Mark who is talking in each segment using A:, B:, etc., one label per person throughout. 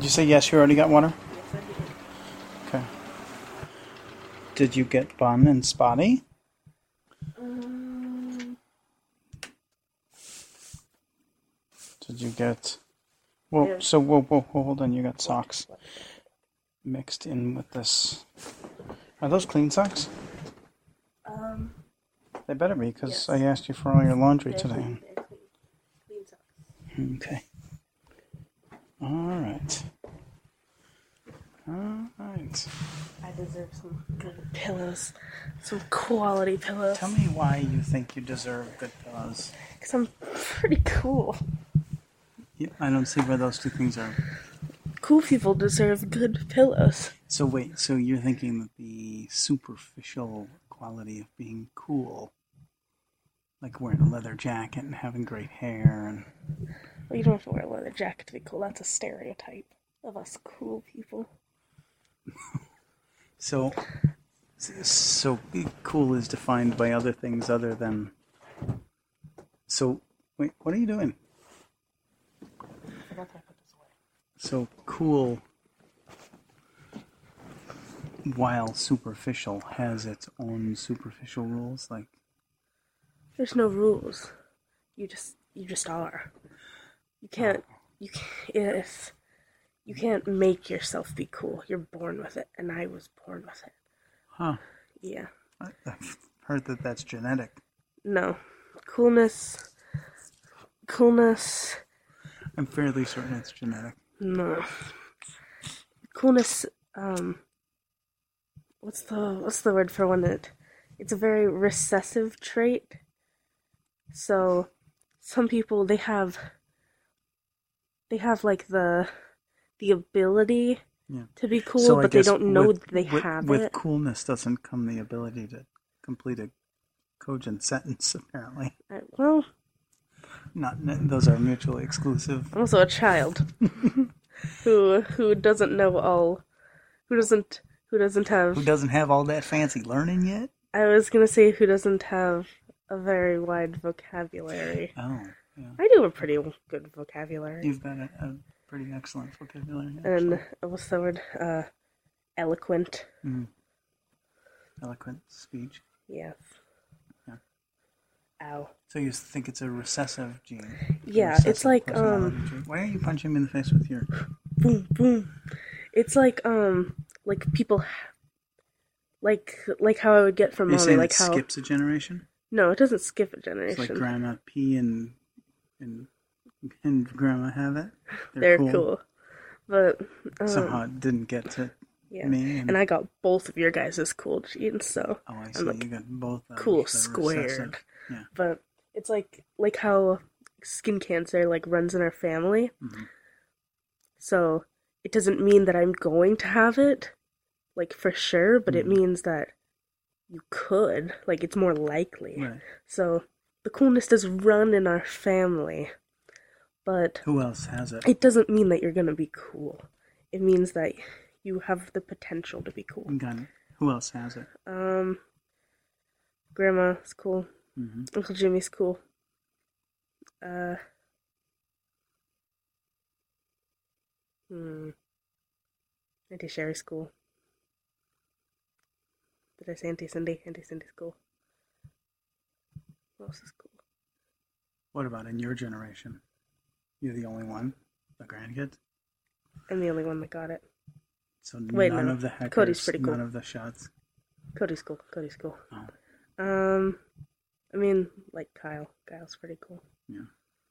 A: you say yes, you already got water?
B: Yes, I did.
A: Okay. Did you get bun and spotty?
B: Um,
A: Did you get. Well,
B: Yeah.
A: so whoa, whoa, whoa, hold on. You got socks mixed in with this. Are those clean socks?
B: um,
A: They better be, because
B: Yes.
A: I asked you for all your laundry
B: they're
A: today.
B: clean, they're clean. Clean socks.
A: Okay. All right. All right.
B: I deserve some good pillows, some quality pillows.
A: Tell me why you think you deserve good pillows.
B: Cause I'm pretty cool.
A: Yeah, I don't see where those two things are.
B: Cool people deserve good pillows.
A: So wait, so you're thinking that the superficial quality of being cool, like wearing a leather jacket and having great hair, and
B: Well, you don't have to wear a leather jacket to be cool. That's a stereotype of us cool people.
A: so so be- cool is defined by other things other than. So wait, what are you doing?
B: I forgot that I put this away.
A: So cool, while superficial, has its own superficial rules, like.
B: There's no rules. You just you just are. You can't you can't, if you can't make yourself be cool. You're born with it, and I was born with it.
A: Huh.
B: Yeah.
A: I- I've heard that that's genetic.
B: No. Coolness. Coolness.
A: I'm fairly certain it's genetic.
B: No. Coolness. Um. What's the what's the word for when it? It's a very recessive trait. So, some people they have. They have like the, the ability
A: Yeah.
B: to be cool,
A: So I
B: but they
A: guess
B: don't know
A: with-
B: that they
A: with,
B: have
A: with
B: it.
A: coolness doesn't come the ability to complete a cogent sentence. Apparently,
B: Uh, Well,
A: not n- those are mutually exclusive.
B: I'm also a child who who doesn't know all, who doesn't who doesn't have
A: Who doesn't have all that fancy learning yet?
B: I was gonna say who doesn't have a very wide vocabulary.
A: Oh, yeah.
B: I do a pretty good vocabulary.
A: You've got a, a pretty excellent vocabulary.
B: And
A: actually.
B: what's the word? Uh, eloquent.
A: Mm. Eloquent speech.
B: Yes.
A: Yeah.
B: Ow.
A: So you think it's a recessive gene? a
B: Yeah, it's
A: recessive
B: like
A: personality
B: um,
A: gene. Why are you punching me in the face with your?
B: boom, boom. It's like um, like people, ha- like like how I would get from
A: You're
B: mommy,
A: saying
B: like
A: it
B: how
A: skips a generation?
B: no, it doesn't skip a
A: It's like
B: generation.
A: Grandma P and and and Grandma have it.
B: They're cool. but um,
A: Somehow it didn't get to
B: yeah.
A: me. And,
B: And I got both of your guys' cool genes, so.
A: oh, I see.
B: like,
A: you got both. of
B: cool
A: the
B: squared.
A: recessive- Yeah.
B: But it's like like how skin cancer like runs in our family.
A: Mhm.
B: So it doesn't mean that I'm going to have it, like for sure, but
A: Mhm.
B: it means that you could. Like it's more likely.
A: Right.
B: So the coolness does run in our family, but
A: Who else has it?
B: it doesn't mean that you're gonna be cool. It means that you have the potential to be cool.
A: Got it. Who else has it?
B: Um, grandma's cool.
A: hmm
B: Uncle Jimmy's cool. Uh. Hmm. Auntie Sherry's cool. Did I say Auntie Cindy? Auntie Cindy's cool. Who else is cool?
A: What about in your generation? You're the only one, the grandkid.
B: I'm the only one that got it.
A: So
B: Wait,
A: none
B: no.
A: of the hackers,
B: Cody's pretty cool.
A: none of the shots.
B: Cody's cool. Cody's cool.
A: Oh.
B: Um, I mean, like Kyle. Kyle's pretty cool.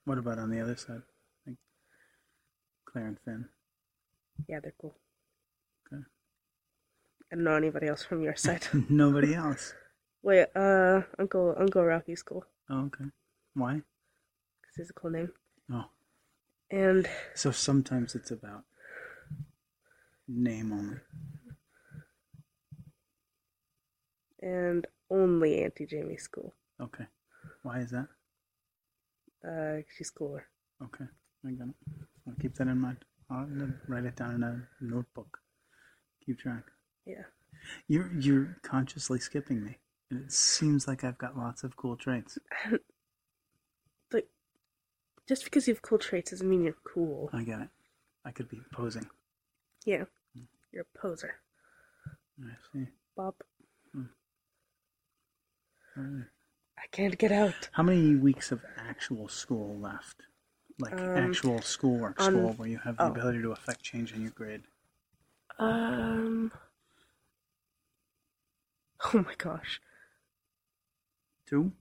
A: What about on the other side? Like Claire and Finn.
B: Yeah, they're cool.
A: Okay.
B: I don't know anybody else from your side.
A: Nobody else.
B: Wait, uh, Uncle Uncle Rocky's cool
A: Oh, okay. Why?
B: because he's a cool name.
A: Oh.
B: And
A: So sometimes it's about name only.
B: and only Auntie Jamie's cool.
A: Okay. Why is that?
B: Uh, she's cooler.
A: Okay. I got it. I'll keep that in mind. I'll write it down in a notebook. Keep track.
B: Yeah.
A: You're you're consciously skipping me. And it seems like I've got lots of cool traits.
B: Just because you have cool traits doesn't mean you're cool.
A: I get it. I could be posing.
B: Yeah. You're a poser.
A: I see.
B: Bob,
A: All right.
B: I can't get out.
A: How many weeks of actual school left? Like
B: Um,
A: actual schoolwork,
B: on-
A: school where you have the
B: oh.
A: ability to affect change in your grade.
B: Um. Oh my gosh.
A: Two?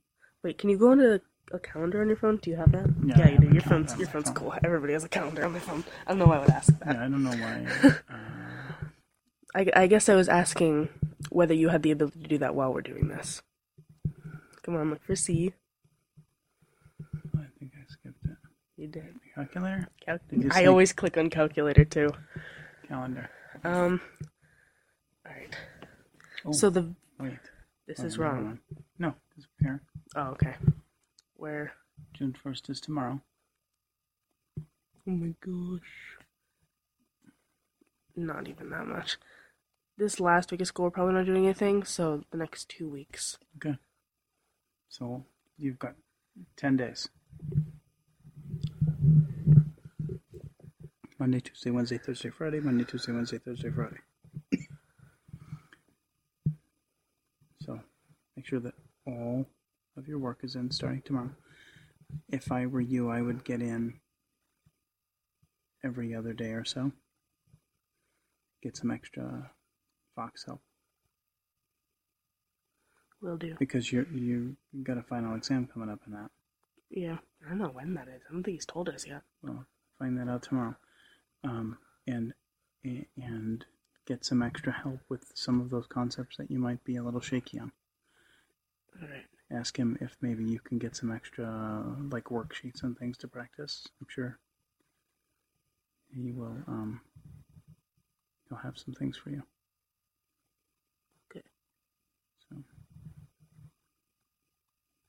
B: Wait, can you go on a, a calendar on your phone? Do you have that?
A: Yeah, I
B: you
A: have
B: do.
A: a calendar
B: Your phone's
A: on
B: your
A: my
B: phone's
A: phone.
B: cool. Everybody has a calendar on their phone. I don't know why I would ask that.
A: Yeah, I don't know why. Uh,
B: I, I guess I was asking whether you had the ability to do that while we're doing this. Come on, look for C.
A: I think I skipped it.
B: You did.
A: Calculator?
B: Calc-
A: Did you
B: I
A: see-
B: always click on calculator too.
A: Calendar.
B: Um. All right.
A: Oh,
B: So the
A: wait.
B: this
A: Oh,
B: is
A: never
B: wrong.
A: mind. No, it's here.
B: Oh, okay. Where?
A: June 1st is tomorrow.
B: Oh my gosh. Not even that much. This last week of school, we're probably not doing anything. So the next two weeks.
A: Okay. So you've got 10 days Monday, Tuesday, Wednesday, Thursday, Friday. Monday, Tuesday, Wednesday, Thursday, Friday. so make sure that all of your work is in starting tomorrow. If I were you, I would get in every other day or so. Get some extra Fox help
B: Will do.
A: because you're you got a final exam coming up in that.
B: Yeah. I don't know when that is. I don't think he's told us yet.
A: Well, find that out tomorrow, um, and and get some extra help with some of those concepts that you might be a little shaky on.
B: All right.
A: Ask him if maybe you can get some extra like worksheets and things to practice. I'm sure he will. Um, he'll have some things for you.
B: Good.
A: So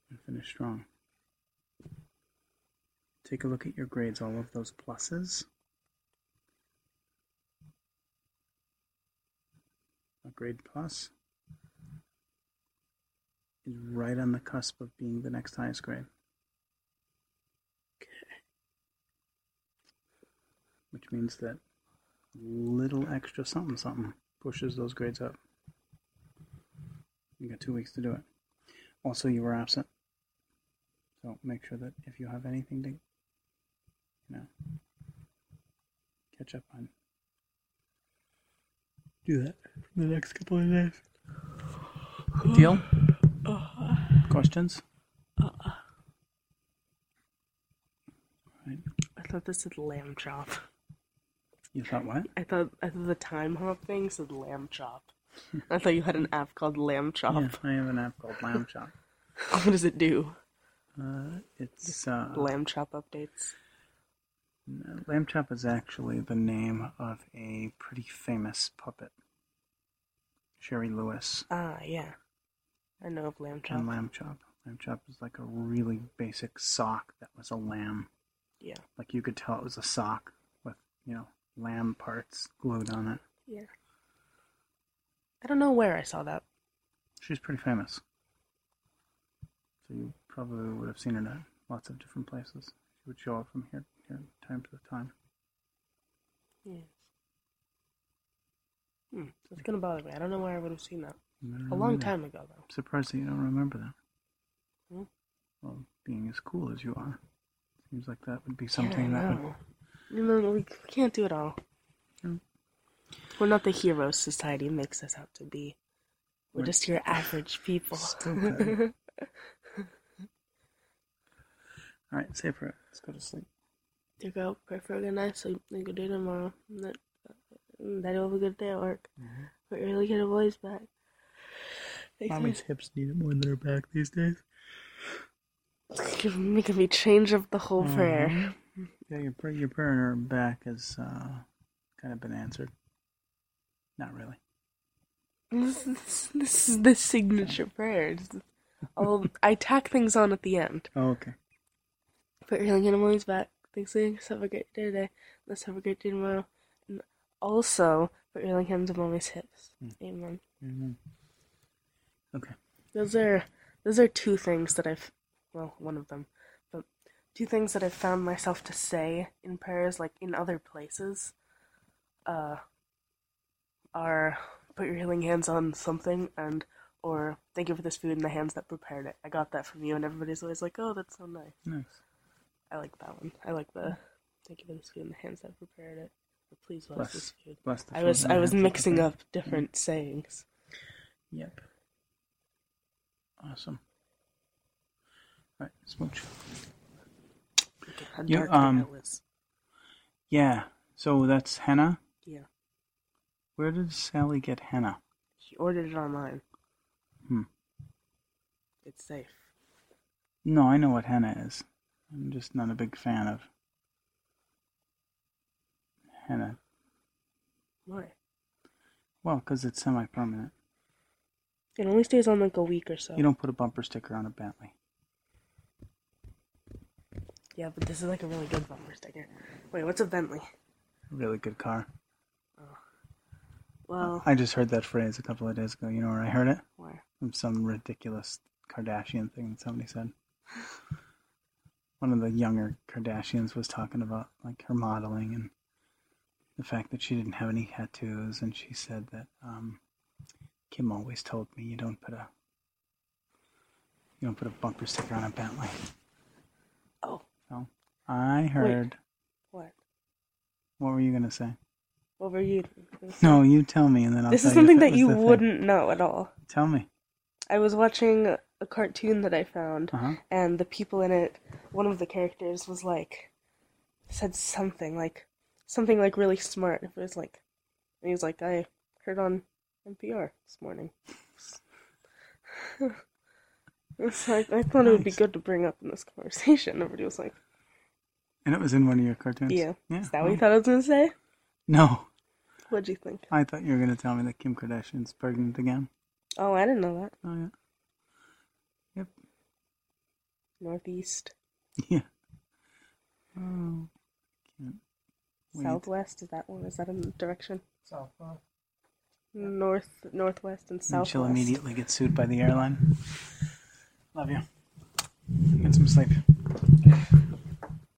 A: and finish strong. Take a look at your grades, all of those pluses. A grade plus is right on the cusp of being the next highest grade. Which means that little extra something something pushes those grades up. You got two weeks to do it. Also, you were absent. So make sure that if you have anything to, you know, catch up on, do that for the next couple of days. Deal? Questions?
B: Uh-uh.
A: Right.
B: I thought this said lamb chop.
A: You thought what?
B: I thought I thought the time hop thing said lamb chop. I thought you had an app called Lamb Chop.
A: Yeah, I have an app called Lamb Chop.
B: What does it do?
A: Uh, it's uh,
B: Lamb chop updates.
A: Lamb Chop is actually the name of a pretty famous puppet, Sherry Lewis,
B: Ah, yeah. I know of lamb chop.
A: and Lamb Chop. Lamb Chop is like a really basic sock that was a lamb.
B: yeah.
A: Like you could tell it was a sock with you know lamb parts glued on it.
B: Yeah. I don't know where I saw that.
A: She's pretty famous. So you probably would have seen her at lots of different places. She would show up from here, here time to time.
B: Yes. Hmm. It's gonna bother me. I don't know where I would have seen that. A long time ago though.
A: Surprised that you don't remember that.
B: Hmm.
A: Well, being as cool as you are, seems like that would be something
B: yeah, I
A: that would.
B: know. You know, we can't do it all. Hmm.
A: No.
B: We're not the heroes society makes us out to be. We're,
A: We're-
B: just your average people.
A: Stupid. All right, say a prayer. Let's go to sleep.
B: you go pray for a good night, so you can do tomorrow. And That and that you'll have a good day at work. But really get a voice back. They
A: Mommy's hips need it more than her back these days.
B: can- Give me give me change up the whole prayer.
A: Mhm. Yeah, your prayer, your prayer in her back has uh, kind of been answered. Not really.
B: This is this is the signature prayer. I'll, I tack things on at the end.
A: Oh, okay.
B: Put your healing animals back. Thanks, thanks. Have a great day today. Let's have a great day tomorrow. And also, put your healing hands on mommy's hips. Amen.
A: Mhm. Okay.
B: Those are those are two things that I've well, one of them, but two things that I've found myself to say in prayers, like in other places, uh, are put your healing hands on something and or thank you for this food in the hands that prepared it. I got that from you, and everybody's always like, "Oh, that's so nice."
A: Nice.
B: I like that one. I like the thank you for this food in the hands that prepared it. Or please bless
A: Bless-
B: this food.
A: Bless the
B: I was
A: food and
B: I
A: the
B: was
A: hands that
B: mixing
A: prepare-
B: up different sayings.
A: Yep. Awesome. All right, smooch.
B: Okay, how
A: Yeah,
B: dark
A: um,
B: that was.
A: Yeah. So that's henna.
B: Yeah,
A: Where did Sally get henna?
B: she ordered it online.
A: Hmm.
B: It's safe.
A: No, I know what henna is. I'm just not a big fan of henna.
B: Why?
A: Well, 'cause it's semi-permanent.
B: It only stays on like a week or so.
A: You don't put a bumper sticker on a Bentley.
B: Yeah, but this is like a really good bumper sticker. Wait, what's a Bentley?
A: Really good car.
B: Well,
A: I just heard that phrase a couple of days ago. You know where I heard it?
B: where?
A: From some ridiculous Kardashian thing that somebody said. One of the younger Kardashians was talking about like her modeling and the fact that she didn't have any tattoos, and she said that um, Kim always told me you don't put a you don't put a bumper sticker on a Bentley.
B: Oh,
A: I heard.
B: what?
A: What were you gonna say?
B: What were you?
A: No, you tell me, and then I'll.
B: This
A: tell
B: is something
A: if it
B: that
A: was
B: you
A: the thing.
B: wouldn't know at all.
A: Tell me.
B: I was watching a cartoon that I found,
A: Uh huh.
B: and the people in it, one of the characters was like, said something like, something like really smart. It was like, and he was like, I heard on NPR this morning. it's like I thought it would be
A: Nice.
B: good to bring up in this conversation. Everybody was like,
A: And it was in one of your cartoons.
B: Yeah.
A: Yeah.
B: "Is that what
A: well,
B: you thought I was gonna say?"
A: No,
B: What'd you think?
A: I thought you were gonna tell me that Kim Kardashian's pregnant again.
B: Oh, I didn't know that.
A: Oh yeah.
B: Northeast,
A: Yeah. Oh. Can't wait.
B: Southwest. Is that one? Is that a direction?
A: Southwest.
B: North, Northwest, and
A: And
B: Southwest.
A: she'll immediately get sued by the airline. Love you. Get some sleep.